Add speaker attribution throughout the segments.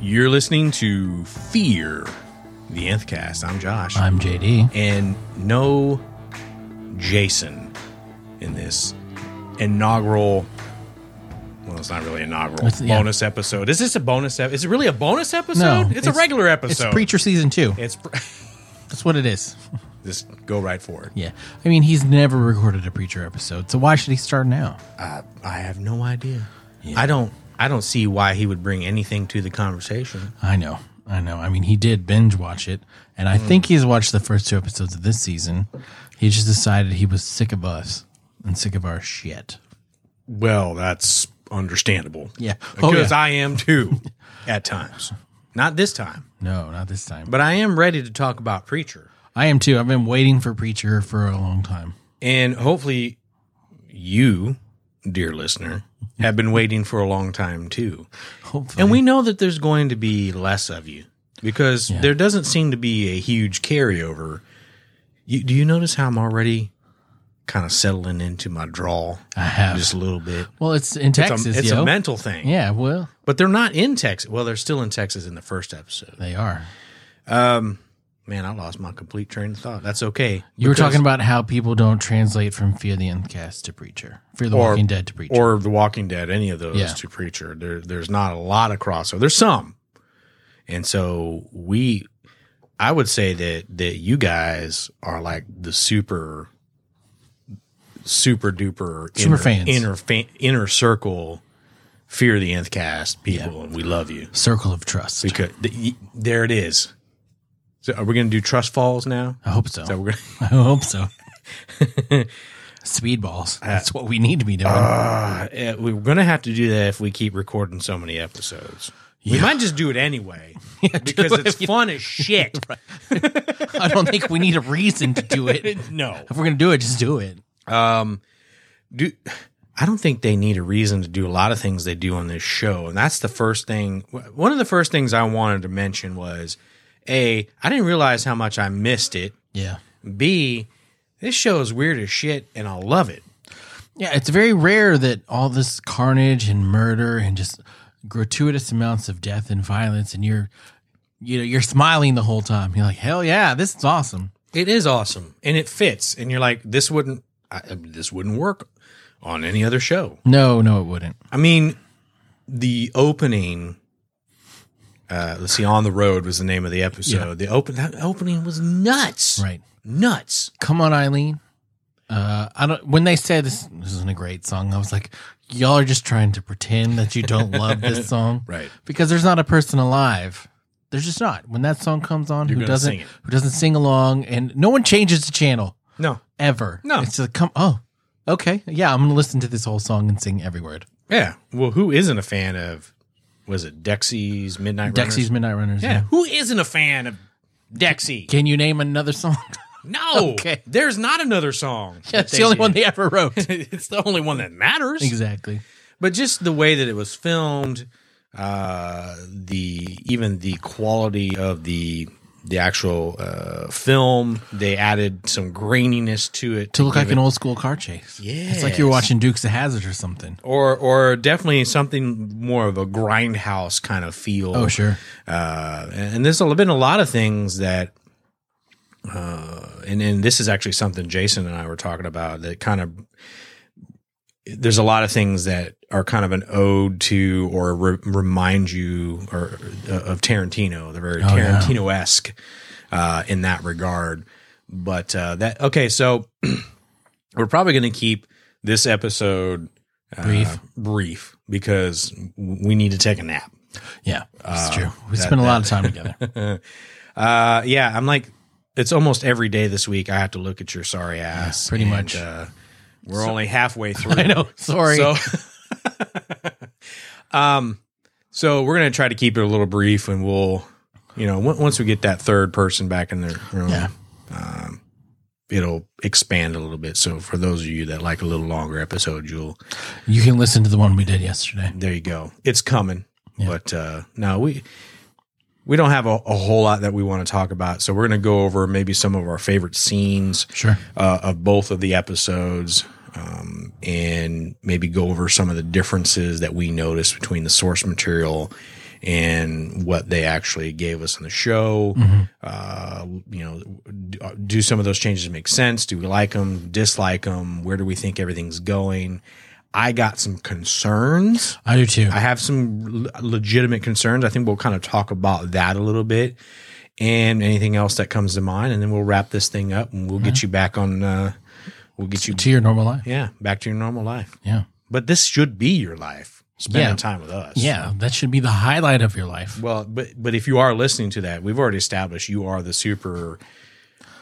Speaker 1: You're listening to Fear, the Nth Cast. I'm Josh,
Speaker 2: I'm JD.
Speaker 1: and no Jason in this inaugural. Well, it's not really inaugural.
Speaker 2: It's- yeah.
Speaker 1: Bonus episode. Is this a bonus? Ep- is it really a bonus episode? it's, a regular episode.
Speaker 2: It's Preacher season two.
Speaker 1: It's pre-
Speaker 2: That's what it is.
Speaker 1: just go right for it.
Speaker 2: Yeah, I mean he's never recorded a Preacher episode, so why should he start now?
Speaker 1: I, I have no idea. I don't. I don't see why he would bring anything to the conversation.
Speaker 2: I know, I know. I mean he did binge watch it, and I think he's watched the first two episodes of this season. He just decided he was sick of us and sick of our shit.
Speaker 1: Well, that's understandable.
Speaker 2: Yeah. Oh,
Speaker 1: because
Speaker 2: yeah.
Speaker 1: I am too at times. Not this time,
Speaker 2: No, not this time.
Speaker 1: but I am ready to talk about preacher,
Speaker 2: I am too. I've been waiting for Preacher for a long time.
Speaker 1: and hopefully, you, dear listener, have been waiting for a long time too.
Speaker 2: Hopefully,
Speaker 1: And we know that there's going to be less of you because there doesn't seem to be a huge carryover. You, do you notice how I'm already kind of settling into my draw
Speaker 2: I have.
Speaker 1: just a little bit?
Speaker 2: well, it's in
Speaker 1: It's,
Speaker 2: Texas,
Speaker 1: a, it's
Speaker 2: yo.
Speaker 1: a mental thing.
Speaker 2: yeah, well,
Speaker 1: But they're not in Texas. Well, they're still in Texas in the first episode.
Speaker 2: they are.
Speaker 1: Man, I lost my complete train of thought. That's okay.
Speaker 2: You were
Speaker 1: Because-
Speaker 2: talking about how people don't translate from Fear the Uncast to Preacher, Fear the
Speaker 1: Or-
Speaker 2: Walking Dead to Preacher.
Speaker 1: or The Walking Dead, any of those
Speaker 2: Yeah.
Speaker 1: to Preacher. There, there's not a lot of crossover. There's some, and so we, I would say that that you guys are like the super, super duper
Speaker 2: Super
Speaker 1: inner,
Speaker 2: fans.
Speaker 1: inner fa- inner circle, fear the nth cast people, and we love you
Speaker 2: Circle of Trust.
Speaker 1: because th- y- there it is. So are we going to do trust falls now?
Speaker 2: I hope so.
Speaker 1: So we're gonna,
Speaker 2: I hope so. Speedballs. That's what we need to be doing.
Speaker 1: Uh, we're going to have to do that if we keep recording so many episodes. We might just do it anyway because it's fun as shit.
Speaker 2: I don't think we need a reason to do it. If
Speaker 1: No,
Speaker 2: we're going to do it, just do it.
Speaker 1: do I don't think they need a reason to do a lot of things they do on this show, and that's the first thing. One of the first things I wanted to mention was a I didn't realize how much I missed it.
Speaker 2: Yeah.
Speaker 1: B this show is weird as shit, and I love it.
Speaker 2: Yeah, it's very rare that all this carnage and murder and just gratuitous amounts of death and violence and you're you know, you're smiling the whole time. You're like, "Hell yeah, this is awesome."
Speaker 1: It is awesome, and it fits. And you're like, this wouldn't I, this wouldn't work on any other show.
Speaker 2: No, no it wouldn't.
Speaker 1: I mean, the opening. Uh, let's see, on the road was the name of the episode. The open that opening was nuts,
Speaker 2: Right.
Speaker 1: Nuts.
Speaker 2: Come on, Eileen. Uh, I don't. When they said this, this isn't a great song, I was like, y'all are just trying to pretend that you don't love this song,
Speaker 1: Right.
Speaker 2: Because there's not a person alive. There's just not. When that song comes on, who
Speaker 1: gonna
Speaker 2: doesn't
Speaker 1: sing it.
Speaker 2: who doesn't sing along, and no one changes the channel
Speaker 1: No,
Speaker 2: ever.
Speaker 1: No.
Speaker 2: it's just come. Oh, okay, yeah, I'm gonna listen to this whole song and sing every word.
Speaker 1: yeah. Well, who isn't a fan of? Was it Dexy's Midnight?
Speaker 2: Dexy's
Speaker 1: Runners?
Speaker 2: Midnight Runners.
Speaker 1: Yeah. Who isn't a fan of Dexy?
Speaker 2: Can you name another song?
Speaker 1: No.
Speaker 2: Okay.
Speaker 1: There's not another song. that
Speaker 2: That's
Speaker 1: they
Speaker 2: the only
Speaker 1: did.
Speaker 2: one they ever wrote.
Speaker 1: it's the only one that matters.
Speaker 2: exactly.
Speaker 1: but just the way that it was filmed uh the even the quality of the the actual uh film they added some graininess to it
Speaker 2: To look like
Speaker 1: give
Speaker 2: an
Speaker 1: it-
Speaker 2: old school car chase. It's like
Speaker 1: Yes.
Speaker 2: you're watching Dukes of Hazard or something.
Speaker 1: or or definitely something more of a grindhouse kind of feel
Speaker 2: Oh, sure.
Speaker 1: uh, and there's been a lot of things that, uh, and and this is actually something Jason and I were talking about that kind of. There's a lot of things that are kind of an ode to or re- remind you or uh, of Tarantino. They're very
Speaker 2: yeah.
Speaker 1: Tarantino esque uh, in that regard. But uh, that okay, so we're probably going to keep this episode uh,
Speaker 2: Brief.
Speaker 1: brief because we need to take a nap.
Speaker 2: Yeah, it's true. We spent a lot of time together.
Speaker 1: Uh, yeah, I'm like, it's almost every day this week. I have to look at your sorry ass.
Speaker 2: pretty
Speaker 1: and,
Speaker 2: much.
Speaker 1: Uh, we're only halfway through.
Speaker 2: I know. Oh, Sorry.
Speaker 1: So, um, so we're gonna try to keep it a little brief, and we'll, you know, on- once we get that third person back in the room,
Speaker 2: Yeah.
Speaker 1: um, it'll expand a little bit. So for those of you that like a little longer episode, you'll
Speaker 2: you can listen to the one we did yesterday.
Speaker 1: there you go. It's coming. But uh no, we we don't have a, a whole lot that we want to talk about. So we're gonna go over maybe some of our favorite scenes
Speaker 2: Sure.
Speaker 1: uh, of both of the episodes. Um, and maybe go over some of the differences that we noticed between the source material and what they actually gave us in the show. Uh, you know, d- uh, do some of those changes make sense? Do we like them? Dislike them? Where do we think everything's going? I got some concerns.
Speaker 2: I do too.
Speaker 1: I have some l- legitimate concerns. I think we'll kind of talk about that a little bit and anything else that comes to mind. And then we'll wrap this thing up and we'll get you back on, uh, we'll get you,
Speaker 2: to your normal life.
Speaker 1: yeah, back to your normal life.
Speaker 2: Yeah.
Speaker 1: But this should be your life, spending
Speaker 2: Yeah.
Speaker 1: time with us.
Speaker 2: Yeah. That should be the highlight of your life.
Speaker 1: Well, but but if you are listening to that, we've already established you are the super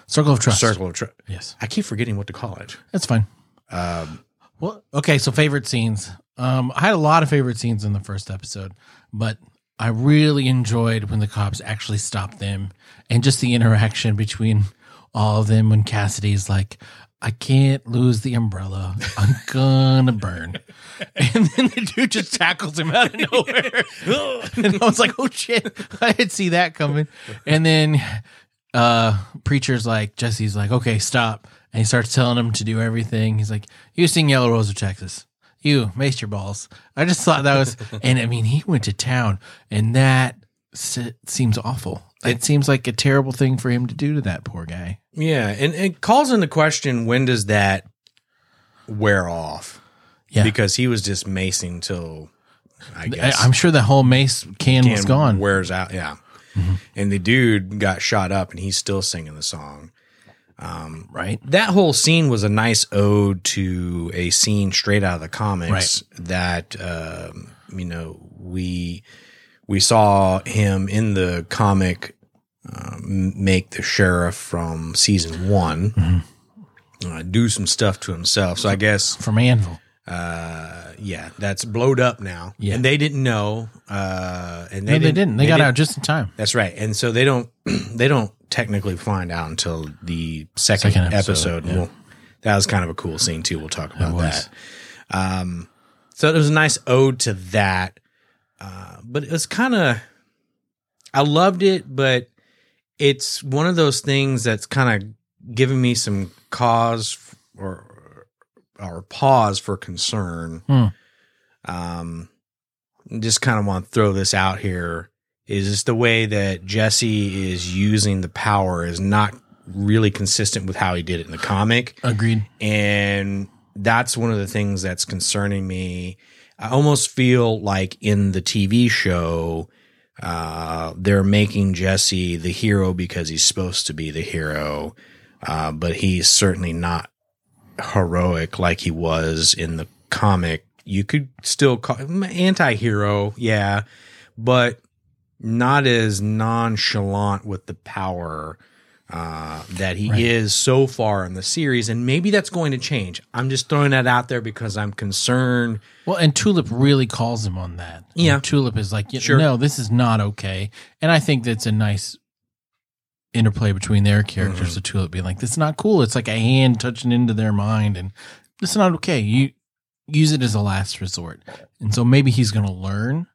Speaker 2: Circle of trust.
Speaker 1: circle of. Tr-
Speaker 2: Yes.
Speaker 1: I keep forgetting what to call it.
Speaker 2: That's fine.
Speaker 1: Um,
Speaker 2: Well, okay. So favorite scenes. Um, I had a lot of favorite scenes in the first episode, but I really enjoyed when the cops actually stopped them and just the interaction between all of them when Cassidy's like, I can't lose the umbrella. I'm gonna burn. And then the dude just tackles him out of nowhere. and I was like, oh shit, I didn't see that coming. And then uh preacher's like Jesse's like, okay, stop. And he starts telling him to do everything. He's like, You sing Yellow Rose of Texas. You mace your balls. I just thought that was and I mean he went to town and that se- seems awful. It seems like a terrible thing for him to do to that poor guy.
Speaker 1: yeah, and it calls into question when does that wear off?
Speaker 2: Yeah.
Speaker 1: because he was just macing till I
Speaker 2: I,
Speaker 1: guess
Speaker 2: I'm sure the whole mace can, was
Speaker 1: and
Speaker 2: gone. Mm-hmm.
Speaker 1: wears out. Yeah, and the dude got shot up, and he's still singing the song.
Speaker 2: right?
Speaker 1: That whole scene was a nice ode to a scene straight out of the comics that um, you know we we saw him in the comic um, make the sheriff from season one.
Speaker 2: Mm-hmm.
Speaker 1: Uh, do some stuff to himself. So I guess
Speaker 2: From Anvil.
Speaker 1: uh, yeah, that's blowed up now.
Speaker 2: Yeah.
Speaker 1: And they didn't know. Uh, and they,
Speaker 2: No, they
Speaker 1: didn't,
Speaker 2: didn't. They, got
Speaker 1: didn't-
Speaker 2: out just in time.
Speaker 1: That's right. And so they don't, they don't technically find out until the second,
Speaker 2: Second episode,
Speaker 1: episode.
Speaker 2: yeah.
Speaker 1: We'll- that was kind of a cool scene too. We'll talk about
Speaker 2: was.
Speaker 1: that. Um, so it was a nice ode to that. Uh, but it was kind of, I loved it, but it's one of those things that's kind of giving me some cause f- or or pause for concern.
Speaker 2: Hmm.
Speaker 1: Um, just kind of want to throw this out here is just the way that Jesse is using the power is not really consistent with how he did it in the comic
Speaker 2: Agreed.
Speaker 1: and that's one of the things that's concerning me. I almost feel like in the TV show, uh, they're making Jesse the hero because he's supposed to be the hero, uh, but he's certainly not heroic like he was in the comic. You could still call him anti-hero, yeah, but not as nonchalant with the power uh, that he
Speaker 2: Right.
Speaker 1: is so far in the series, and maybe that's going to change. I'm just throwing that out there because I'm concerned.
Speaker 2: Well, and Tulip really calls him on that. And
Speaker 1: Yeah.
Speaker 2: Tulip is like, you
Speaker 1: Sure.
Speaker 2: no, this is not okay. And I think that's a nice interplay between their characters,
Speaker 1: Mm-hmm.
Speaker 2: the Tulip being like, this is not cool. It's like a hand touching into their mind and this is not okay. You use it as a last resort. And so maybe he's going to learn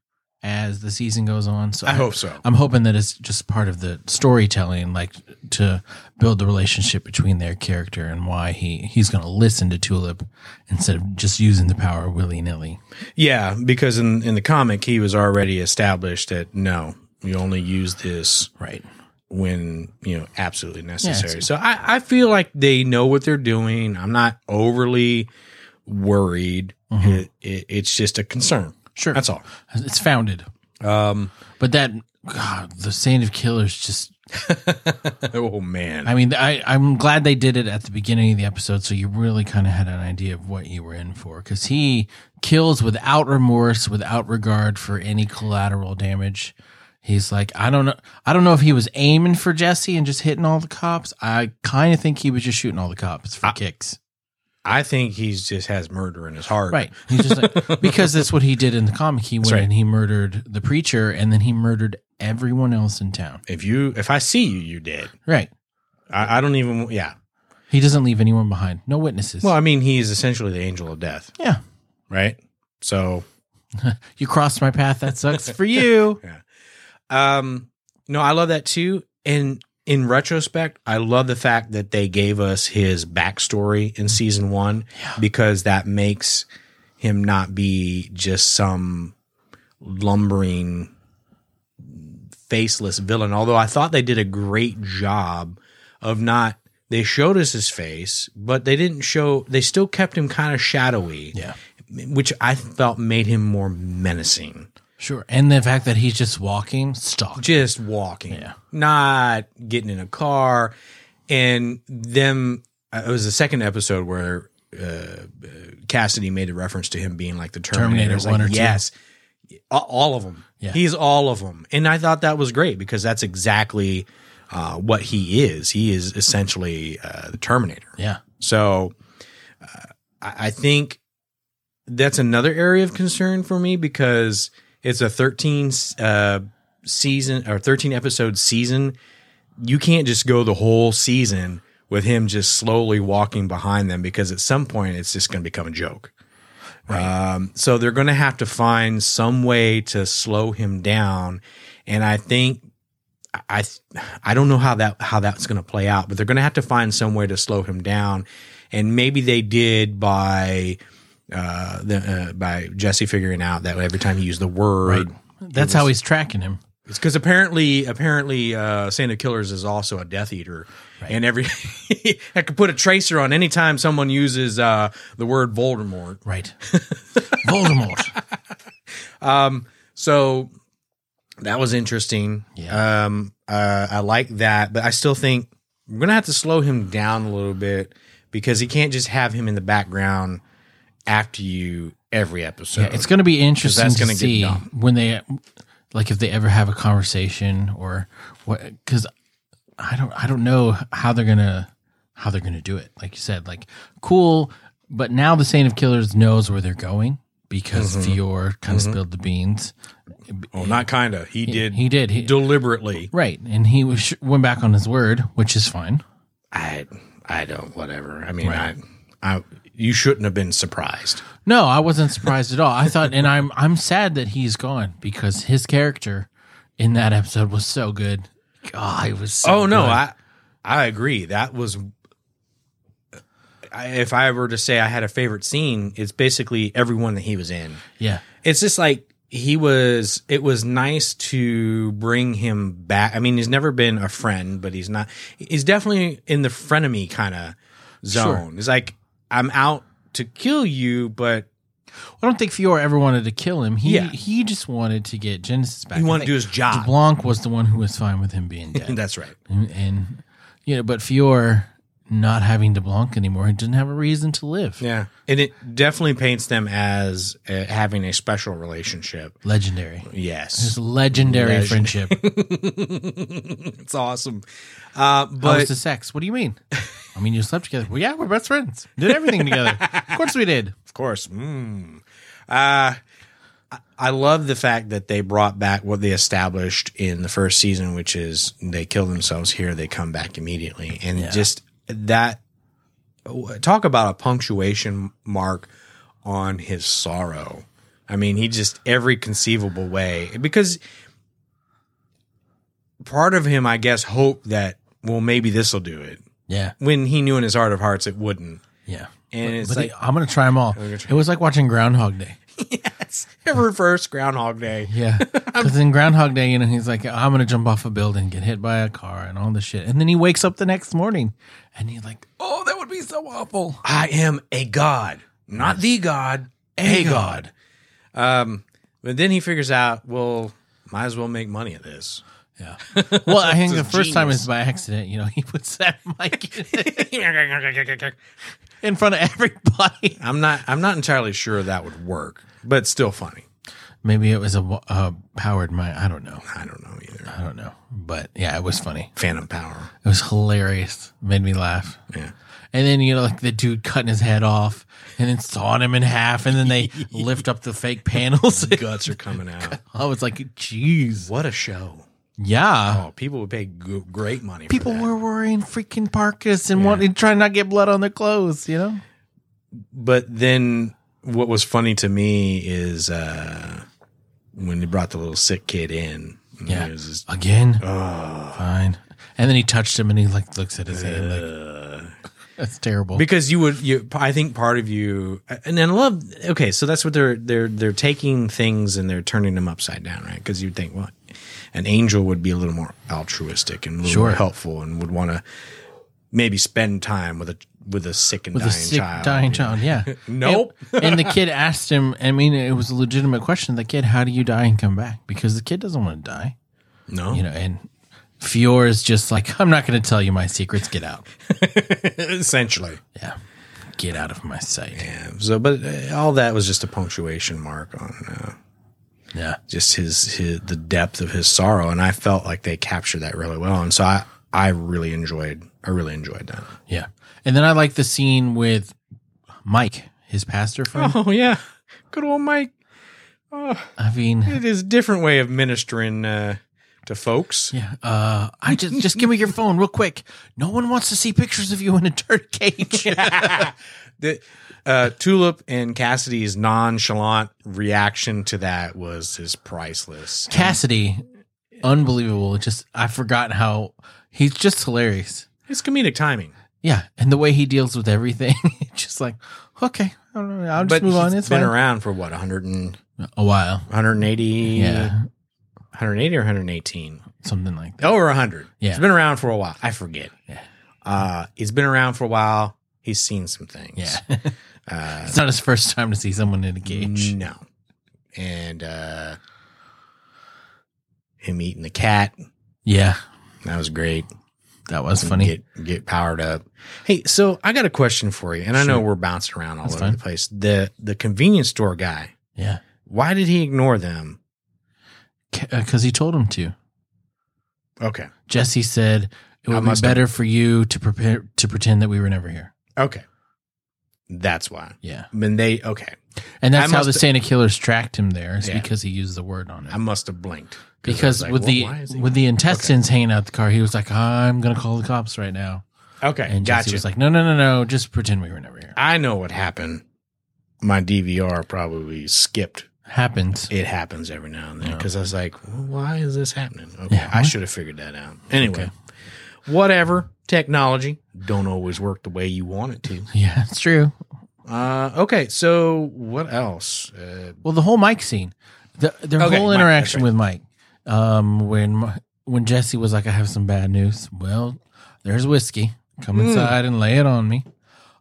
Speaker 2: as the season goes on. So
Speaker 1: so.
Speaker 2: I'm hoping that it's just part of the storytelling, like to build the relationship between their character and why he he's going to listen to Tulip instead of just using the power willy nilly.
Speaker 1: Yeah, because in in the comic, he was already established that no, you only use this
Speaker 2: Right.
Speaker 1: when you know absolutely necessary.
Speaker 2: it's-
Speaker 1: so I, I feel like they know what they're doing. I'm not overly worried.
Speaker 2: Mm-hmm.
Speaker 1: It, it, it's just a concern.
Speaker 2: Sure.
Speaker 1: That's all.
Speaker 2: It's founded.
Speaker 1: Um,
Speaker 2: But that God, the Saint of Killers just
Speaker 1: oh man,
Speaker 2: I mean, I, I'm glad they did it at the beginning of the episode so you really kind of had an idea of what you were in for because he kills without remorse, without regard for any collateral damage. He's like, I don't know. I don't know if he was aiming for Jesse and just hitting all the cops. I kind of think he was just shooting all the cops for kicks.
Speaker 1: I think he's just has murder in his heart.
Speaker 2: Right. He's just like, because that's what he did in the comic. He went
Speaker 1: right.
Speaker 2: and he murdered the preacher and then he murdered everyone else in town.
Speaker 1: If you if I see you, you dead.
Speaker 2: Right.
Speaker 1: I, I don't even. Yeah.
Speaker 2: He doesn't leave anyone behind. No witnesses.
Speaker 1: Well, I mean, he is essentially the angel of death,
Speaker 2: yeah.
Speaker 1: right? So,
Speaker 2: You crossed my path. That sucks for you.
Speaker 1: um, no, I love that too. And in retrospect, I love the fact that they gave us his backstory in season one because that makes him not be just some lumbering faceless villain. Although I thought they did a great job of not. They showed us his face, but they didn't show. They still kept him kind of shadowy,
Speaker 2: Yeah.
Speaker 1: which I felt made him more menacing.
Speaker 2: Sure. And the fact that he's just walking, stalk.
Speaker 1: just walking,
Speaker 2: Yeah.
Speaker 1: not getting in a car. And them, uh, it was the second episode where uh, uh, Cassidy made a reference to him being like the Terminator,
Speaker 2: Terminator
Speaker 1: It's like,
Speaker 2: one or two.
Speaker 1: Yes, A- all of them.
Speaker 2: Yeah.
Speaker 1: He's all of them, and I thought that was great because that's exactly uh, what he is. He is essentially uh, the Terminator.
Speaker 2: Yeah.
Speaker 1: So uh, I I think that's another area of concern for me because it's a 13 uh, season or 13 episode season. You can't just go the whole season with him just slowly walking behind them because at some point it's just going to become a joke. Um, so they're going to have to find some way to slow him down, and I think I I don't know how that how that's going to play out, but they're going to have to find some way to slow him down, and maybe they did by uh, the, uh by Jesse figuring out that every time he used the word,
Speaker 2: That's how he's tracking him.
Speaker 1: it's because apparently apparently uh, Santa Killers is also a Death Eater, and every I could put a tracer on any time someone uses uh, the word Voldemort.
Speaker 2: Right. Voldemort.
Speaker 1: So that was interesting.
Speaker 2: Yeah.
Speaker 1: Um, uh, I like that, but I still think we're gonna have to slow him down a little bit because he can't just have him in the background after you every episode.
Speaker 2: It's going to be interesting
Speaker 1: that's
Speaker 2: to
Speaker 1: gonna get
Speaker 2: see
Speaker 1: dumb.
Speaker 2: when they, like, if they ever have a conversation or what, because I don't, I don't know how they're gonna, how they're gonna do it. Like you said, like cool, but now the Saint of Killers knows where they're going because
Speaker 1: Mm-hmm.
Speaker 2: Fior kind of spilled the beans.
Speaker 1: oh, not kinda. He did.
Speaker 2: He did, he,
Speaker 1: deliberately.
Speaker 2: right, and he was went back on his word, which is fine.
Speaker 1: I I don't. Whatever. I mean, I I you shouldn't have been surprised.
Speaker 2: No, I wasn't surprised at all. I thought, and I'm I'm sad that he's gone because his character in that episode was so good. God, it was. So
Speaker 1: Oh no,
Speaker 2: good.
Speaker 1: I I agree. That was I, if I were to say I had a favorite scene, it's basically everyone that he was in.
Speaker 2: yeah,
Speaker 1: It's just like he was it was nice to bring him back. I mean, he's never been a friend, but he's not he's definitely in the frenemy kind of zone. It's like I'm out to kill you, but
Speaker 2: I don't think Fior ever wanted to kill him. He
Speaker 1: Yeah.
Speaker 2: he just wanted to get Genesis back.
Speaker 1: he wanted
Speaker 2: I
Speaker 1: to do
Speaker 2: think
Speaker 1: his job.
Speaker 2: Blanc was the one who was fine with him being dead,
Speaker 1: That's right.
Speaker 2: and, and, you know, but Fior not having DeBlanc anymore, he didn't have a reason to live.
Speaker 1: Yeah. And it definitely paints them as uh, having a special relationship.
Speaker 2: Legendary,
Speaker 1: Yes.
Speaker 2: his legendary
Speaker 1: Legend-
Speaker 2: friendship.
Speaker 1: it's awesome. Uh,
Speaker 2: How was
Speaker 1: but
Speaker 2: the sex? What do you mean? I mean, you slept together. Well, yeah, we're best friends. Did everything together. Of course we did.
Speaker 1: of course, mm, uh, I- I love the fact that they brought back what they established in the first season, which is they kill themselves here, they come back immediately, and just that talk about a punctuation mark on his sorrow. I mean, he just every conceivable way because part of him, I guess, hoped that well, maybe this will do it.
Speaker 2: Yeah,
Speaker 1: when he knew in his heart of hearts it wouldn't.
Speaker 2: yeah.
Speaker 1: And it's
Speaker 2: But
Speaker 1: like,
Speaker 2: the- I'm gonna try them all. It was like watching Groundhog Day.
Speaker 1: yes, reverse Groundhog Day.
Speaker 2: Yeah, because in Groundhog Day, you know, he's like, I'm gonna jump off a building, get hit by a car, and all this shit. And then he wakes up the next morning, and he's like, Oh, that would be so awful.
Speaker 1: I am a god, not the god, a, god. Um, but then he figures out, well, might as well make money at this.
Speaker 2: Yeah. Well, I think the
Speaker 1: This is
Speaker 2: first time
Speaker 1: genius.
Speaker 2: is by accident. You know, he puts that mic in-
Speaker 1: I'm
Speaker 2: in front of everybody.
Speaker 1: not. I'm not entirely sure that would work, but it's still funny.
Speaker 2: Maybe it was a wa- uh, powered mic. I don't know.
Speaker 1: I don't know either.
Speaker 2: I don't know. But yeah, it was funny.
Speaker 1: Phantom power.
Speaker 2: It was hilarious. Made me laugh.
Speaker 1: Yeah.
Speaker 2: And then you know, like the dude cutting his head off, and then sawing him in half, and then they lift up the fake panels.
Speaker 1: Guts are coming out.
Speaker 2: I was like, "Jeez,
Speaker 1: What a show!
Speaker 2: yeah."
Speaker 1: Oh, people would pay g- great money. for
Speaker 2: People
Speaker 1: that.
Speaker 2: were wearing freaking parkas and wanting trying not to get blood on their clothes. You know,
Speaker 1: but then what was funny to me is uh when they brought the little sick kid in and
Speaker 2: Yeah.
Speaker 1: he was just,
Speaker 2: again, fine. And then he touched him, and he like looks at his hand, like, That's terrible.
Speaker 1: because you would you i think part of you and then I love okay so that's what they're they're they're taking things and they're turning them upside down right because you'd think well an angel would be a little more altruistic and a little more
Speaker 2: Sure.
Speaker 1: helpful and would want to maybe spend time with a with a sick and
Speaker 2: with a
Speaker 1: dying
Speaker 2: sick
Speaker 1: child
Speaker 2: dying child. Yeah.
Speaker 1: Nope.
Speaker 2: And, and the kid asked him. I mean, it was a legitimate question. The kid, how do you die and come back? Because the kid doesn't want to die.
Speaker 1: no
Speaker 2: You know, and Fior is just like, I'm not going to tell you my secrets. Get out.
Speaker 1: essentially
Speaker 2: Yeah. Get out of my sight.
Speaker 1: yeah so but uh, all that was just a punctuation mark on uh,
Speaker 2: Yeah.
Speaker 1: just his, his the depth of his sorrow and i felt like they captured that really well and so i i really enjoyed i really enjoyed that
Speaker 2: Yeah. And then I like the scene with Mike, his pastor friend.
Speaker 1: Oh yeah, good old Mike. Oh.
Speaker 2: I mean,
Speaker 1: It is a different way of ministering uh, to folks.
Speaker 2: yeah. Uh, I just just give me your phone real quick. No one wants to see pictures of you in a dirt cage.
Speaker 1: The, uh, Tulip and Cassidy's nonchalant reaction to that was is priceless.
Speaker 2: Cassidy, unbelievable. Just I forgot how he's just hilarious.
Speaker 1: It's comedic timing,
Speaker 2: Yeah, and the way he deals with everything, just like okay, I don't know, I'll just
Speaker 1: but
Speaker 2: move on.
Speaker 1: he's
Speaker 2: It's
Speaker 1: been
Speaker 2: fine.
Speaker 1: around for what 100 and,
Speaker 2: a while.
Speaker 1: 180,
Speaker 2: Yeah,
Speaker 1: 180 or 118
Speaker 2: something like that.
Speaker 1: over 100.
Speaker 2: Yeah.
Speaker 1: it's been around for a while. I forget.
Speaker 2: Yeah.
Speaker 1: Uh, he's been around for a while. He's seen some things.
Speaker 2: Yeah,
Speaker 1: Uh,
Speaker 2: it's not his first time to see someone in a cage.
Speaker 1: No. And uh him eating the cat.
Speaker 2: Yeah,
Speaker 1: That was great.
Speaker 2: that was funny.
Speaker 1: Get get powered up. Hey, so I got a question for you, and I know we're bouncing around all
Speaker 2: That's
Speaker 1: over
Speaker 2: fine.
Speaker 1: the place. The the convenience store guy,
Speaker 2: yeah,
Speaker 1: why did he ignore them?
Speaker 2: because uh, he told him to.
Speaker 1: Okay.
Speaker 2: Jesse said it
Speaker 1: I
Speaker 2: would be
Speaker 1: must have-
Speaker 2: better for you to prepare to pretend that we were never here.
Speaker 1: Okay. That's why.
Speaker 2: Yeah,
Speaker 1: I mean they okay.
Speaker 2: and
Speaker 1: I
Speaker 2: that's how the
Speaker 1: must-
Speaker 2: Santa killers tracked him there. Is
Speaker 1: Yeah.
Speaker 2: because he used the word on it.
Speaker 1: I must have blinked. 'Cause I was
Speaker 2: because
Speaker 1: like,
Speaker 2: with
Speaker 1: well,
Speaker 2: the
Speaker 1: why is he-
Speaker 2: with the intestines hanging out the car, he was like, "I'm gonna call the cops right now."
Speaker 1: Okay,
Speaker 2: And Jesse
Speaker 1: gotcha.
Speaker 2: was like, "No, no, no, no, just pretend we were never here."
Speaker 1: I know what happened. My DVR probably skipped
Speaker 2: Happens.
Speaker 1: it happens every now and then
Speaker 2: Yeah.
Speaker 1: because I was like, well, why is this happening? Okay,
Speaker 2: Yeah,
Speaker 1: I
Speaker 2: what?
Speaker 1: should have figured that out. Anyway,
Speaker 2: Okay.
Speaker 1: whatever technology don't always work the way you want it to.
Speaker 2: Yeah, it's true.
Speaker 1: Uh, okay, so what else? Uh,
Speaker 2: Well, the whole Mike scene, the, their
Speaker 1: Okay,
Speaker 2: whole
Speaker 1: Mike,
Speaker 2: interaction
Speaker 1: that's right.
Speaker 2: with Mike, um, when Mi- when Jesse was like, "I have some bad news." Well, there's whiskey. Come
Speaker 1: Mm.
Speaker 2: inside and lay it on me.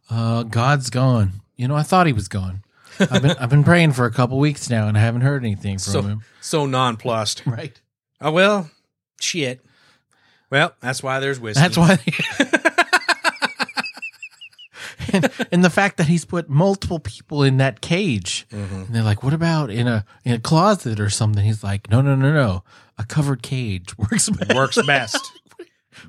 Speaker 2: Uh, God's gone. You know, I thought he was gone. I've been I've been praying for a couple weeks now, and I haven't heard anything from
Speaker 1: So-
Speaker 2: him.
Speaker 1: so nonplussed.
Speaker 2: Right.
Speaker 1: Oh well, shit. Well, that's why there's whiskey.
Speaker 2: That's why. and, and the fact that he's put multiple people in that cage,
Speaker 1: Mhm.
Speaker 2: and they're like, "What about in a in a closet or something?" He's like, "No, no, no, no, a covered cage works best."
Speaker 1: works best,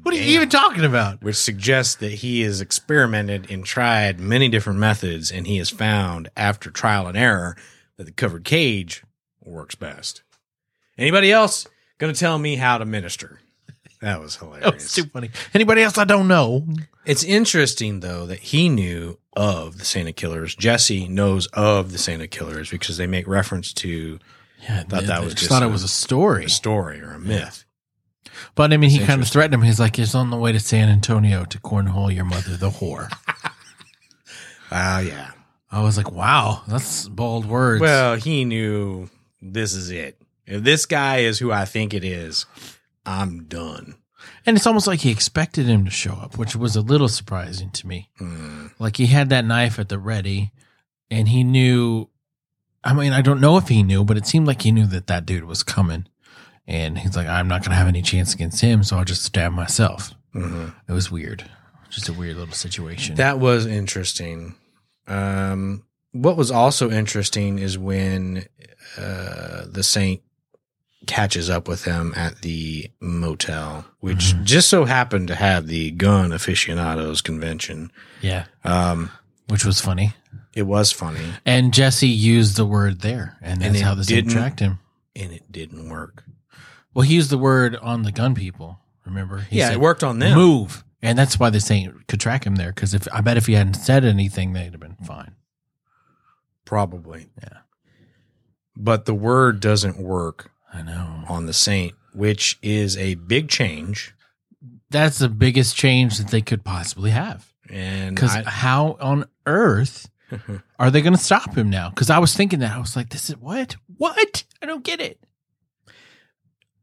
Speaker 2: What are you
Speaker 1: Damn.
Speaker 2: even talking about?
Speaker 1: which suggests that he has experimented and tried many different methods, and he has found after trial and error that the covered cage works best. Anybody else gonna tell me how to minister? That was
Speaker 2: That
Speaker 1: hilarious.
Speaker 2: was too funny. Anybody else I don't know?
Speaker 1: It's interesting though that he knew of the Santa Killers. Jesse knows of the Santa Killers because they make reference to
Speaker 2: Yeah,
Speaker 1: Thought that was
Speaker 2: just
Speaker 1: just
Speaker 2: thought
Speaker 1: a-
Speaker 2: it was a story.
Speaker 1: a story or a myth.
Speaker 2: But I mean, he
Speaker 1: It's
Speaker 2: kind of
Speaker 1: interesting.
Speaker 2: threatened him. He's like, "It's on the way to San Antonio to cornhole your mother, the whore."
Speaker 1: Ah, yeah.
Speaker 2: I was like, "Wow, that's bold words."
Speaker 1: Well, he knew this is it. If this guy is who I think it is, I'm done.
Speaker 2: And it's almost like he expected him to show up, which was a little surprising to me.
Speaker 1: Hmm.
Speaker 2: Like he had that knife at the ready and he knew I mean, I don't know if he knew, but it seemed like he knew that that dude was coming. And he's like, I'm not going to have any chance against him, so I'll just stab myself.
Speaker 1: Mhm.
Speaker 2: It was weird. Just a weird little situation.
Speaker 1: That was interesting. Um, what was also interesting is when uh, the saint catches up with him at the motel, which
Speaker 2: Mhm.
Speaker 1: just so happened to have the gun aficionados convention.
Speaker 2: yeah.
Speaker 1: Um,
Speaker 2: Which was funny.
Speaker 1: it was funny,
Speaker 2: And Jesse used the word there, and that's
Speaker 1: it
Speaker 2: how this
Speaker 1: didn't-
Speaker 2: tracked him.
Speaker 1: and it didn't work.
Speaker 2: Well, he used the word on the gun people, remember? He
Speaker 1: yeah,
Speaker 2: said,
Speaker 1: it worked on them.
Speaker 2: move. And that's why they're saying it could track him there. Because if I bet if he hadn't said anything, they'd have been fine.
Speaker 1: Probably.
Speaker 2: Yeah.
Speaker 1: But the word doesn't work
Speaker 2: I know.
Speaker 1: on the saint, which is a big change.
Speaker 2: That's the biggest change that they could possibly have.
Speaker 1: And
Speaker 2: Because
Speaker 1: I-
Speaker 2: how on earth are they going to stop him now? Because I was thinking that I was like, this is what? What? I don't get it.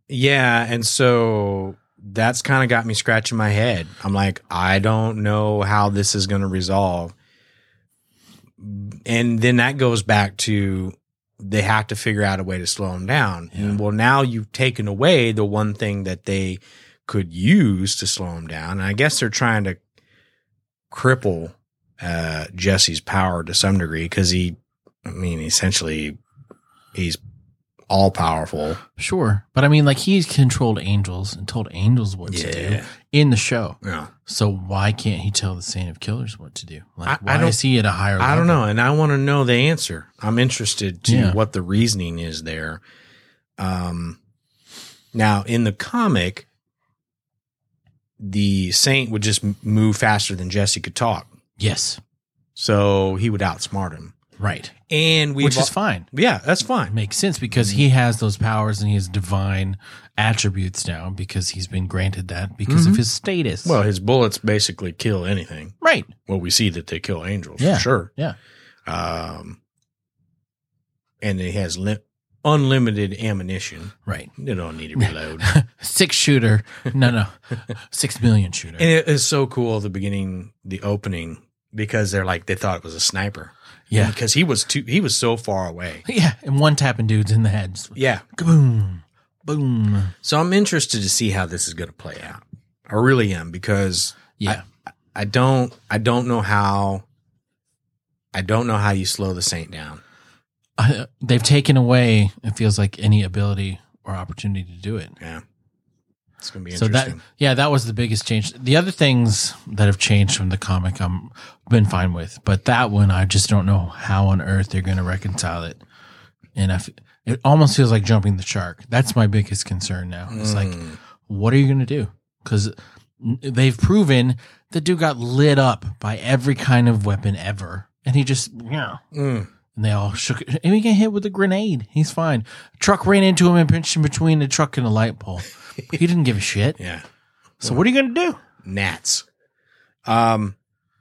Speaker 1: yeah, and so that's kind of got me scratching my head. I'm like, I don't know how this is going to resolve. And then that goes back to they have to figure out a way to slow him down. And well, now you've taken away the one thing that they could use to slow him down. And I guess they're trying to cripple uh, Jesse's power to some degree because he, I mean, essentially, he's all powerful.
Speaker 2: Sure, but I mean, like he's controlled angels and told angels what to do
Speaker 1: Yeah.
Speaker 2: in the show.
Speaker 1: Yeah.
Speaker 2: So why can't he tell the Saint of Killers what to do? Like,
Speaker 1: I- I
Speaker 2: why
Speaker 1: don't-
Speaker 2: is he at a higher? level?
Speaker 1: I don't know, and I want to know the answer. I'm interested to
Speaker 2: Yeah.
Speaker 1: what the reasoning is there. Um, now in the comic, the saint would just m- move faster than Jesse could talk,
Speaker 2: Yes,
Speaker 1: so he would outsmart him.
Speaker 2: right.
Speaker 1: And we,
Speaker 2: Which is fine.
Speaker 1: yeah, that's fine.
Speaker 2: Makes sense because he has those powers and he has divine attributes now because he's been granted that because of his status.
Speaker 1: Mm-hmm. Well, his bullets basically kill anything.
Speaker 2: right.
Speaker 1: Well, we see that they kill angels,
Speaker 2: Yeah.
Speaker 1: for sure.
Speaker 2: Yeah.
Speaker 1: Um, and it has lim- unlimited ammunition.
Speaker 2: Right.
Speaker 1: You don't need to reload.
Speaker 2: Six shooter. No, no. Six million shooter.
Speaker 1: And it is so cool at the beginning, the opening, because they're like they thought it was a sniper.
Speaker 2: yeah.
Speaker 1: Because he was too he was so far away.
Speaker 2: Yeah. And one tapping dudes in the head. Just
Speaker 1: Yeah.
Speaker 2: Kaboom. Boom.
Speaker 1: So I'm interested to see how this is gonna play out. I really am because
Speaker 2: Yeah.
Speaker 1: I don't I don't know how I don't know how you slow the saint down.
Speaker 2: uh, they've taken away it feels like any ability or opportunity to do it
Speaker 1: Yeah. It's gonna be
Speaker 2: so that
Speaker 1: interesting.
Speaker 2: yeah that was the biggest change the other things that have changed from the comic i'm been fine with but that one i just don't know how on earth they're going to reconcile it and I f- it almost feels like jumping the shark that's my biggest concern now it's like
Speaker 1: Mm.
Speaker 2: what are you going to do because they've proven the dude got lit up by every kind of weapon ever and he just yeah
Speaker 1: Mm.
Speaker 2: and they all shook. And he got hit with a grenade. He's fine. Truck ran into him and pinched him between a truck and a light pole. he didn't give a shit.
Speaker 1: Yeah.
Speaker 2: So what are you gonna do?
Speaker 1: gnats. Um,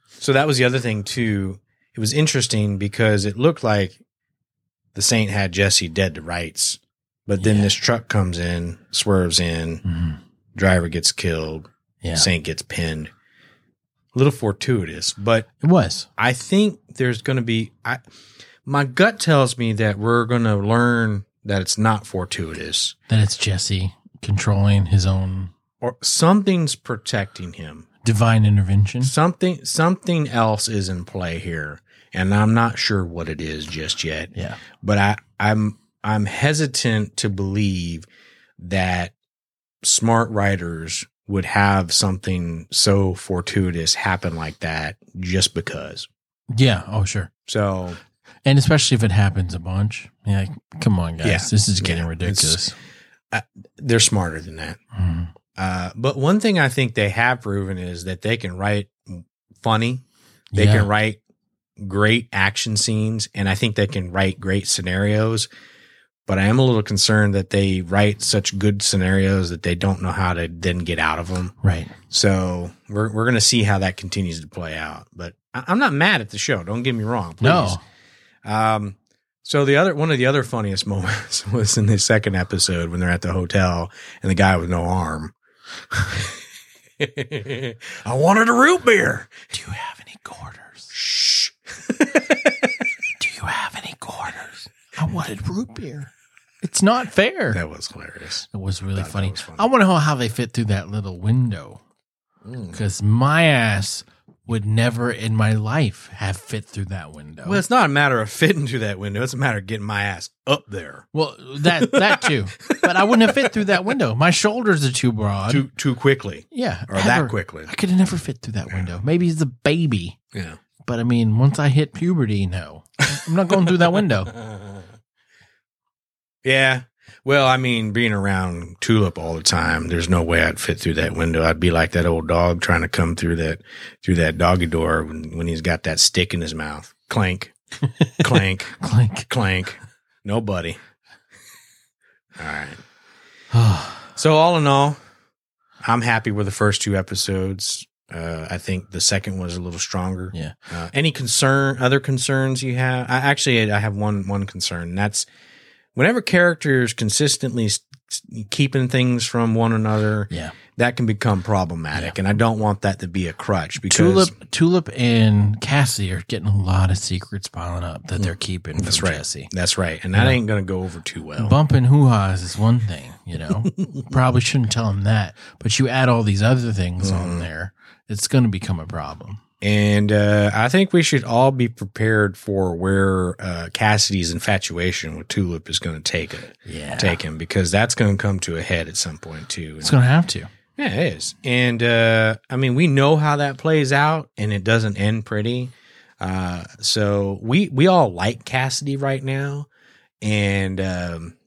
Speaker 1: so that was the other thing too. It was interesting because it looked like the Saint had Jesse dead to rights, but then
Speaker 2: Yeah.
Speaker 1: this truck comes in, swerves in,
Speaker 2: Mm-hmm.
Speaker 1: driver gets killed,
Speaker 2: Yeah,
Speaker 1: Saint gets pinned. A little fortuitous, but
Speaker 2: it was.
Speaker 1: I think there's going to be. I, my gut tells me that we're going to learn that it's not fortuitous,
Speaker 2: Then it's Jesse controlling his own
Speaker 1: or something's protecting him.
Speaker 2: divine intervention.
Speaker 1: something something else is in play here and i'm not sure what it is just yet
Speaker 2: Yeah,
Speaker 1: but i i'm i'm hesitant to believe that smart writers would have something so fortuitous happen like that just because
Speaker 2: yeah. Oh, sure.
Speaker 1: so
Speaker 2: And especially if it happens a bunch. Yeah, like, come on, guys.
Speaker 1: Yeah.
Speaker 2: This is getting
Speaker 1: Yeah.
Speaker 2: ridiculous.
Speaker 1: they're smarter than that
Speaker 2: Mhm.
Speaker 1: uh, but one thing i think they have proven is that they can write funny They
Speaker 2: yeah.
Speaker 1: can write great action scenes, and I think they can write great scenarios. But I am a little concerned that they write such good scenarios that they don't know how to then get out of them.
Speaker 2: right.
Speaker 1: So we're we're gonna see how that continues to play out. But I, I'm not mad at the show. Don't get me wrong. Please.
Speaker 2: No.
Speaker 1: Um, so the other one of the other funniest moments was in the second episode when they're at the hotel and the guy with no arm. I wanted a root beer.
Speaker 2: Do you have any quarters?
Speaker 1: Shh.
Speaker 2: Do you have any quarters? I wanted root beer. It's not fair.
Speaker 1: That was hilarious.
Speaker 2: It was really
Speaker 1: That- that
Speaker 2: funny.
Speaker 1: was funny.
Speaker 2: I want to know how they fit through that little window
Speaker 1: Mm.
Speaker 2: because my ass would never in my life have fit through that window.
Speaker 1: Well, it's not a matter of fitting through that window. It's a matter of getting my ass up there
Speaker 2: Well, that that too, but I wouldn't have fit through that window. My shoulders are too broad.
Speaker 1: too too quickly
Speaker 2: yeah,
Speaker 1: or that
Speaker 2: ever.
Speaker 1: quickly.
Speaker 2: I could have never fit through that window. Maybe he's a baby,
Speaker 1: Yeah.
Speaker 2: but I mean, once I hit puberty, no, I'm not going through that window.
Speaker 1: Yeah. Well, I mean, being around Tulip all the time, there's no way I'd fit through that window. I'd be like that old dog trying to come through that through that doggy door when, when he's got that stick in his mouth. Clank, clank,
Speaker 2: Clink.
Speaker 1: clank. Nobody. All right. So all in all, I'm happy with the first two episodes. Uh, I think the second one is a little stronger.
Speaker 2: Yeah.
Speaker 1: Uh, any concern, other concerns you have? I actually, I have one one concern. And that's whenever characters consistently s- s- keeping things from one another,
Speaker 2: Yeah.
Speaker 1: that can become problematic. And I don't want that to be a crutch because
Speaker 2: Tulip, Tulip, and Cassie are getting a lot of secrets piling up that they're keeping
Speaker 1: Mm, That's
Speaker 2: from
Speaker 1: right.
Speaker 2: Jesse.
Speaker 1: That's right, and that ain't gonna go over too well.
Speaker 2: Oh. Bumping hoo ha's is one thing, you know. Probably shouldn't tell him that, but you add all these other things
Speaker 1: Mm-hmm.
Speaker 2: on there, it's going to become a problem.
Speaker 1: And uh, I think we should all be prepared for where uh, Cassidy's infatuation with Tulip is going to take it,
Speaker 2: Yeah,
Speaker 1: take him, because that's going to come to a head at some point too.
Speaker 2: it's going to have to.
Speaker 1: Yeah, it is. And uh, I mean, we know how that plays out, and it doesn't end pretty. Uh, so we we all like Cassidy right now, and um,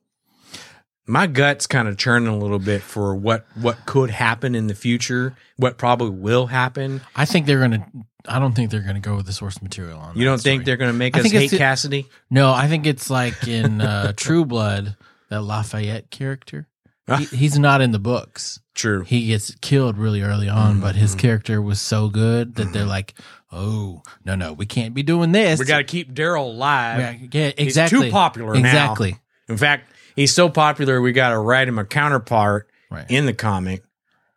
Speaker 1: my gut's kind of churning a little bit for what what could happen in the future, what probably will happen.
Speaker 2: I think they're going to. I don't think they're going to go with the source material on.
Speaker 1: You
Speaker 2: that
Speaker 1: don't think
Speaker 2: story.
Speaker 1: they're going to make
Speaker 2: I
Speaker 1: us
Speaker 2: think it's
Speaker 1: hate
Speaker 2: the-
Speaker 1: Cassidy?
Speaker 2: No, I think it's like in uh, True Blood, that Lafayette character.
Speaker 1: Ah.
Speaker 2: He, he's not in the books.
Speaker 1: True.
Speaker 2: He gets killed really early on, but his
Speaker 1: Mm-hmm.
Speaker 2: character was so good that they're like, "Oh no, no, we can't be doing this.
Speaker 1: We got to keep Daryl alive.
Speaker 2: Yeah, yeah, exactly.
Speaker 1: too popular now.
Speaker 2: Exactly.
Speaker 1: In fact, he's so popular, we got to write him a counterpart
Speaker 2: Right.
Speaker 1: in the comic,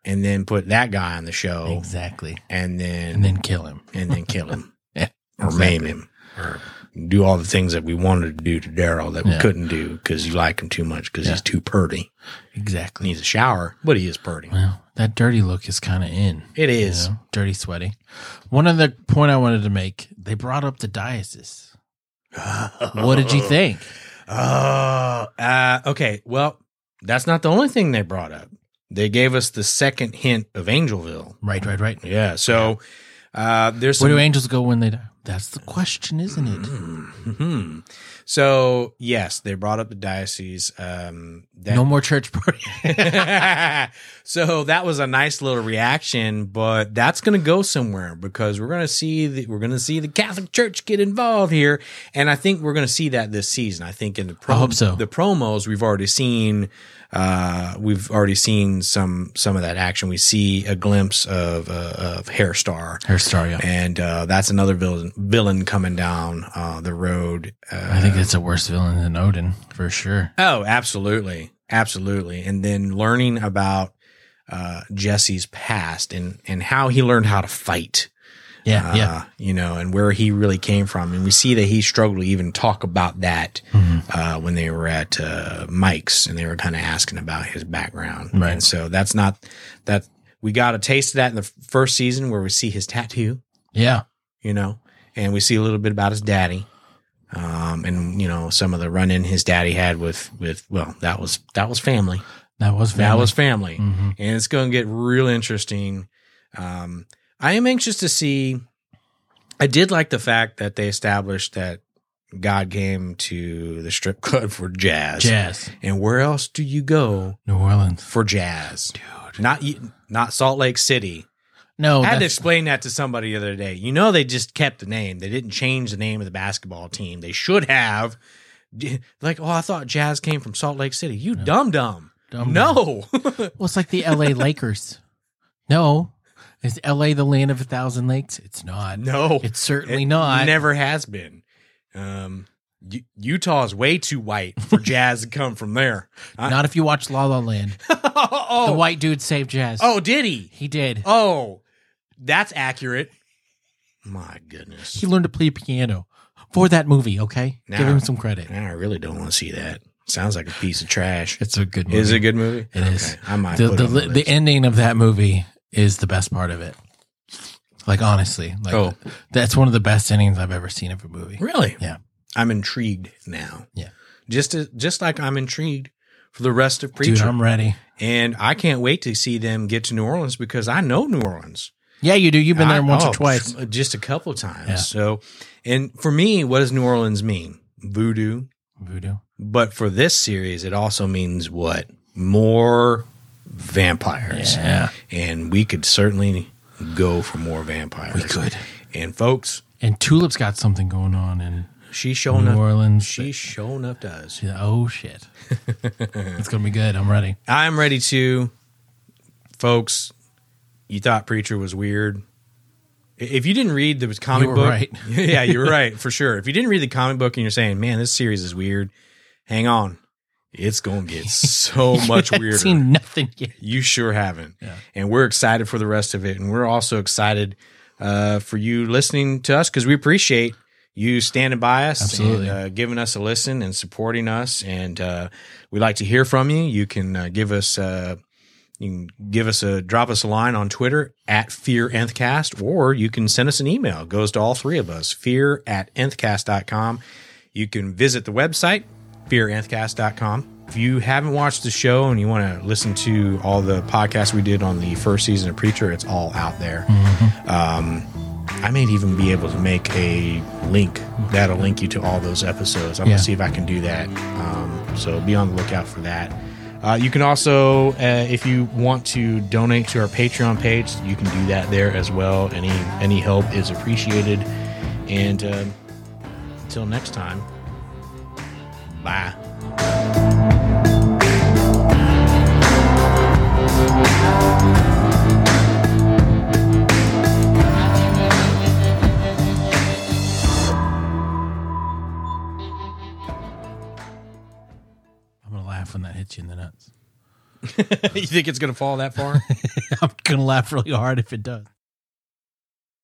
Speaker 1: and then put that guy on the show.
Speaker 2: Exactly.
Speaker 1: and then
Speaker 2: Oh. And then kill him.
Speaker 1: and then kill him
Speaker 2: Yeah,
Speaker 1: or maim him or do all the things that we wanted to do to Daryl that we
Speaker 2: Yeah.
Speaker 1: couldn't do because you like him too much because
Speaker 2: Yeah.
Speaker 1: he's too purty. He
Speaker 2: Exactly.
Speaker 1: needs a shower, but he is purty.
Speaker 2: Well, that dirty look is kind of in.
Speaker 1: It
Speaker 2: you
Speaker 1: is.
Speaker 2: know? dirty, sweaty. One other point I wanted to make: they brought up the diocese. What did you think?
Speaker 1: Uh, uh, okay. Well, that's not the only thing they brought up. They gave us the second hint of Angelville.
Speaker 2: Right, right, right.
Speaker 1: Yeah. So uh, there's
Speaker 2: Where
Speaker 1: some
Speaker 2: do angels go when they die? That's the question, isn't it?
Speaker 1: Hmm. So yes, they brought up the diocese. Um, that,
Speaker 2: No more church party.
Speaker 1: so that was a nice little reaction, but that's going to go somewhere because we're going to see the, we're going to see the Catholic Church get involved here, and I think we're going to see that this season. I think in the prom-
Speaker 2: hope so.
Speaker 1: the promos we've already seen uh, we've already seen some some of that action. We see a glimpse of uh, of Hair Star.
Speaker 2: Her story. I
Speaker 1: And uh, that's another villain, villain coming down uh, the road. Uh,
Speaker 2: think that's a worse villain than Odin for sure.
Speaker 1: Oh, absolutely. Absolutely. And then learning about uh, Jesse's past and, and how he learned how to fight.
Speaker 2: Yeah,
Speaker 1: Uh,
Speaker 2: yeah.
Speaker 1: You know, and where he really came from. And we see that he struggled to even talk about that
Speaker 2: Mm-hmm.
Speaker 1: uh, when they were at uh, Mike's and they were kind of asking about his background.
Speaker 2: Right.
Speaker 1: And so that's not that we got a taste of that in the first season where we see his tattoo
Speaker 2: Yeah.
Speaker 1: you know, and we see a little bit about his daddy. Um, and you know, some of the run in his daddy had with, with, well, that was, that was family.
Speaker 2: That was
Speaker 1: That
Speaker 2: family.
Speaker 1: was family.
Speaker 2: Mhm.
Speaker 1: And it's going to get real interesting. Um, I am anxious to see. I did like the fact that they established that God came to the strip club for jazz.
Speaker 2: jazz.
Speaker 1: And where else do you go
Speaker 2: New Orleans.
Speaker 1: for jazz?
Speaker 2: Dude.
Speaker 1: Not, you- not Salt Lake City.
Speaker 2: No,
Speaker 1: I had to
Speaker 2: Oh, that's,
Speaker 1: explain that to somebody the other day. You know, they just kept the name. They didn't change the name of the basketball team. They should have. D- Like, oh, I thought Jazz came from Salt Lake City. You dumb dumb.
Speaker 2: Dumb
Speaker 1: No.
Speaker 2: well, it's like the LA Lakers. No. Is LA the land of a thousand lakes? It's not.
Speaker 1: no.
Speaker 2: It's certainly not.
Speaker 1: Never has been. Um, U- Utah is way too white for Jazz to come from there. I-
Speaker 2: not if you watch La La Land. The
Speaker 1: oh,
Speaker 2: white dude saved jazz.
Speaker 1: oh, did he?
Speaker 2: he did.
Speaker 1: Oh, that's accurate. My goodness.
Speaker 2: He learned to play piano for that movie, okay?
Speaker 1: Now-
Speaker 2: Give him some credit.
Speaker 1: Now I really don't want to see that. Sounds like a piece of trash.
Speaker 2: It's a good movie.
Speaker 1: Is it a good movie?
Speaker 2: It is.
Speaker 1: I might.
Speaker 2: the
Speaker 1: put
Speaker 2: the,
Speaker 1: it on my
Speaker 2: the,
Speaker 1: list.
Speaker 2: ending of that movie is the best part of it. Like honestly, like
Speaker 1: Oh.
Speaker 2: that's one of the best endings I've ever seen of a movie.
Speaker 1: really?
Speaker 2: Yeah.
Speaker 1: I'm intrigued now.
Speaker 2: Yeah.
Speaker 1: Just as, just like I'm intrigued for the rest of
Speaker 2: Dude,
Speaker 1: Preacher,
Speaker 2: I'm ready.
Speaker 1: and I can't wait to see them get to New Orleans because I know New Orleans.
Speaker 2: Yeah, you do. You've been there
Speaker 1: I-
Speaker 2: once
Speaker 1: oh,
Speaker 2: or twice.
Speaker 1: pff, just a couple times.
Speaker 2: Yeah.
Speaker 1: So, and for me, what does New Orleans mean? Voodoo.
Speaker 2: Voodoo.
Speaker 1: But for this series, it also means what? More vampires.
Speaker 2: Yeah.
Speaker 1: And we could certainly go for more vampires.
Speaker 2: We could.
Speaker 1: And folks,
Speaker 2: And Tulip's got something going on in
Speaker 1: she's showing
Speaker 2: New
Speaker 1: up.
Speaker 2: Orleans.
Speaker 1: She's showing up does.
Speaker 2: Yeah, oh shit. it's gonna be good. I'm ready.
Speaker 1: I'm ready to, folks. you thought Preacher was weird. I- If you didn't read the comic
Speaker 2: were
Speaker 1: book,
Speaker 2: right.
Speaker 1: yeah, you're right for sure. If you didn't read the comic book and you're saying, "Man, this series is weird," hang on, it's gonna get so much
Speaker 2: I've
Speaker 1: weirder.
Speaker 2: Seen nothing yet.
Speaker 1: You sure haven't.
Speaker 2: Yeah.
Speaker 1: And we're excited for the rest of it. And we're also excited uh, for you listening to us because we appreciate you standing by us
Speaker 2: Absolutely.
Speaker 1: and uh, giving us a listen and supporting us. And uh, we like to hear from you. You can uh, give us. Uh, you can give us a drop us a line on Twitter at Fear Nthcast, or you can send us an email. It goes to all three of us, fear at nthcast.com. You can visit the website, fearanthcast.com. If you haven't watched the show and you want to listen to all the podcasts we did on the first season of Preacher, it's all out there. Um, I may even be able to make a link that'll link you to all those episodes. I'm
Speaker 2: Yeah.
Speaker 1: going to see if I can do that. Um, so be on the lookout for that. Uh, you can also, uh, if you want to donate to our Patreon page, you can do that there as well. Any any help is appreciated. And um until next time, bye.
Speaker 2: I'm gonna laugh when that hits you in the nuts.
Speaker 1: you think it's going to fall that far?
Speaker 2: I'm gonna laugh really hard if it does.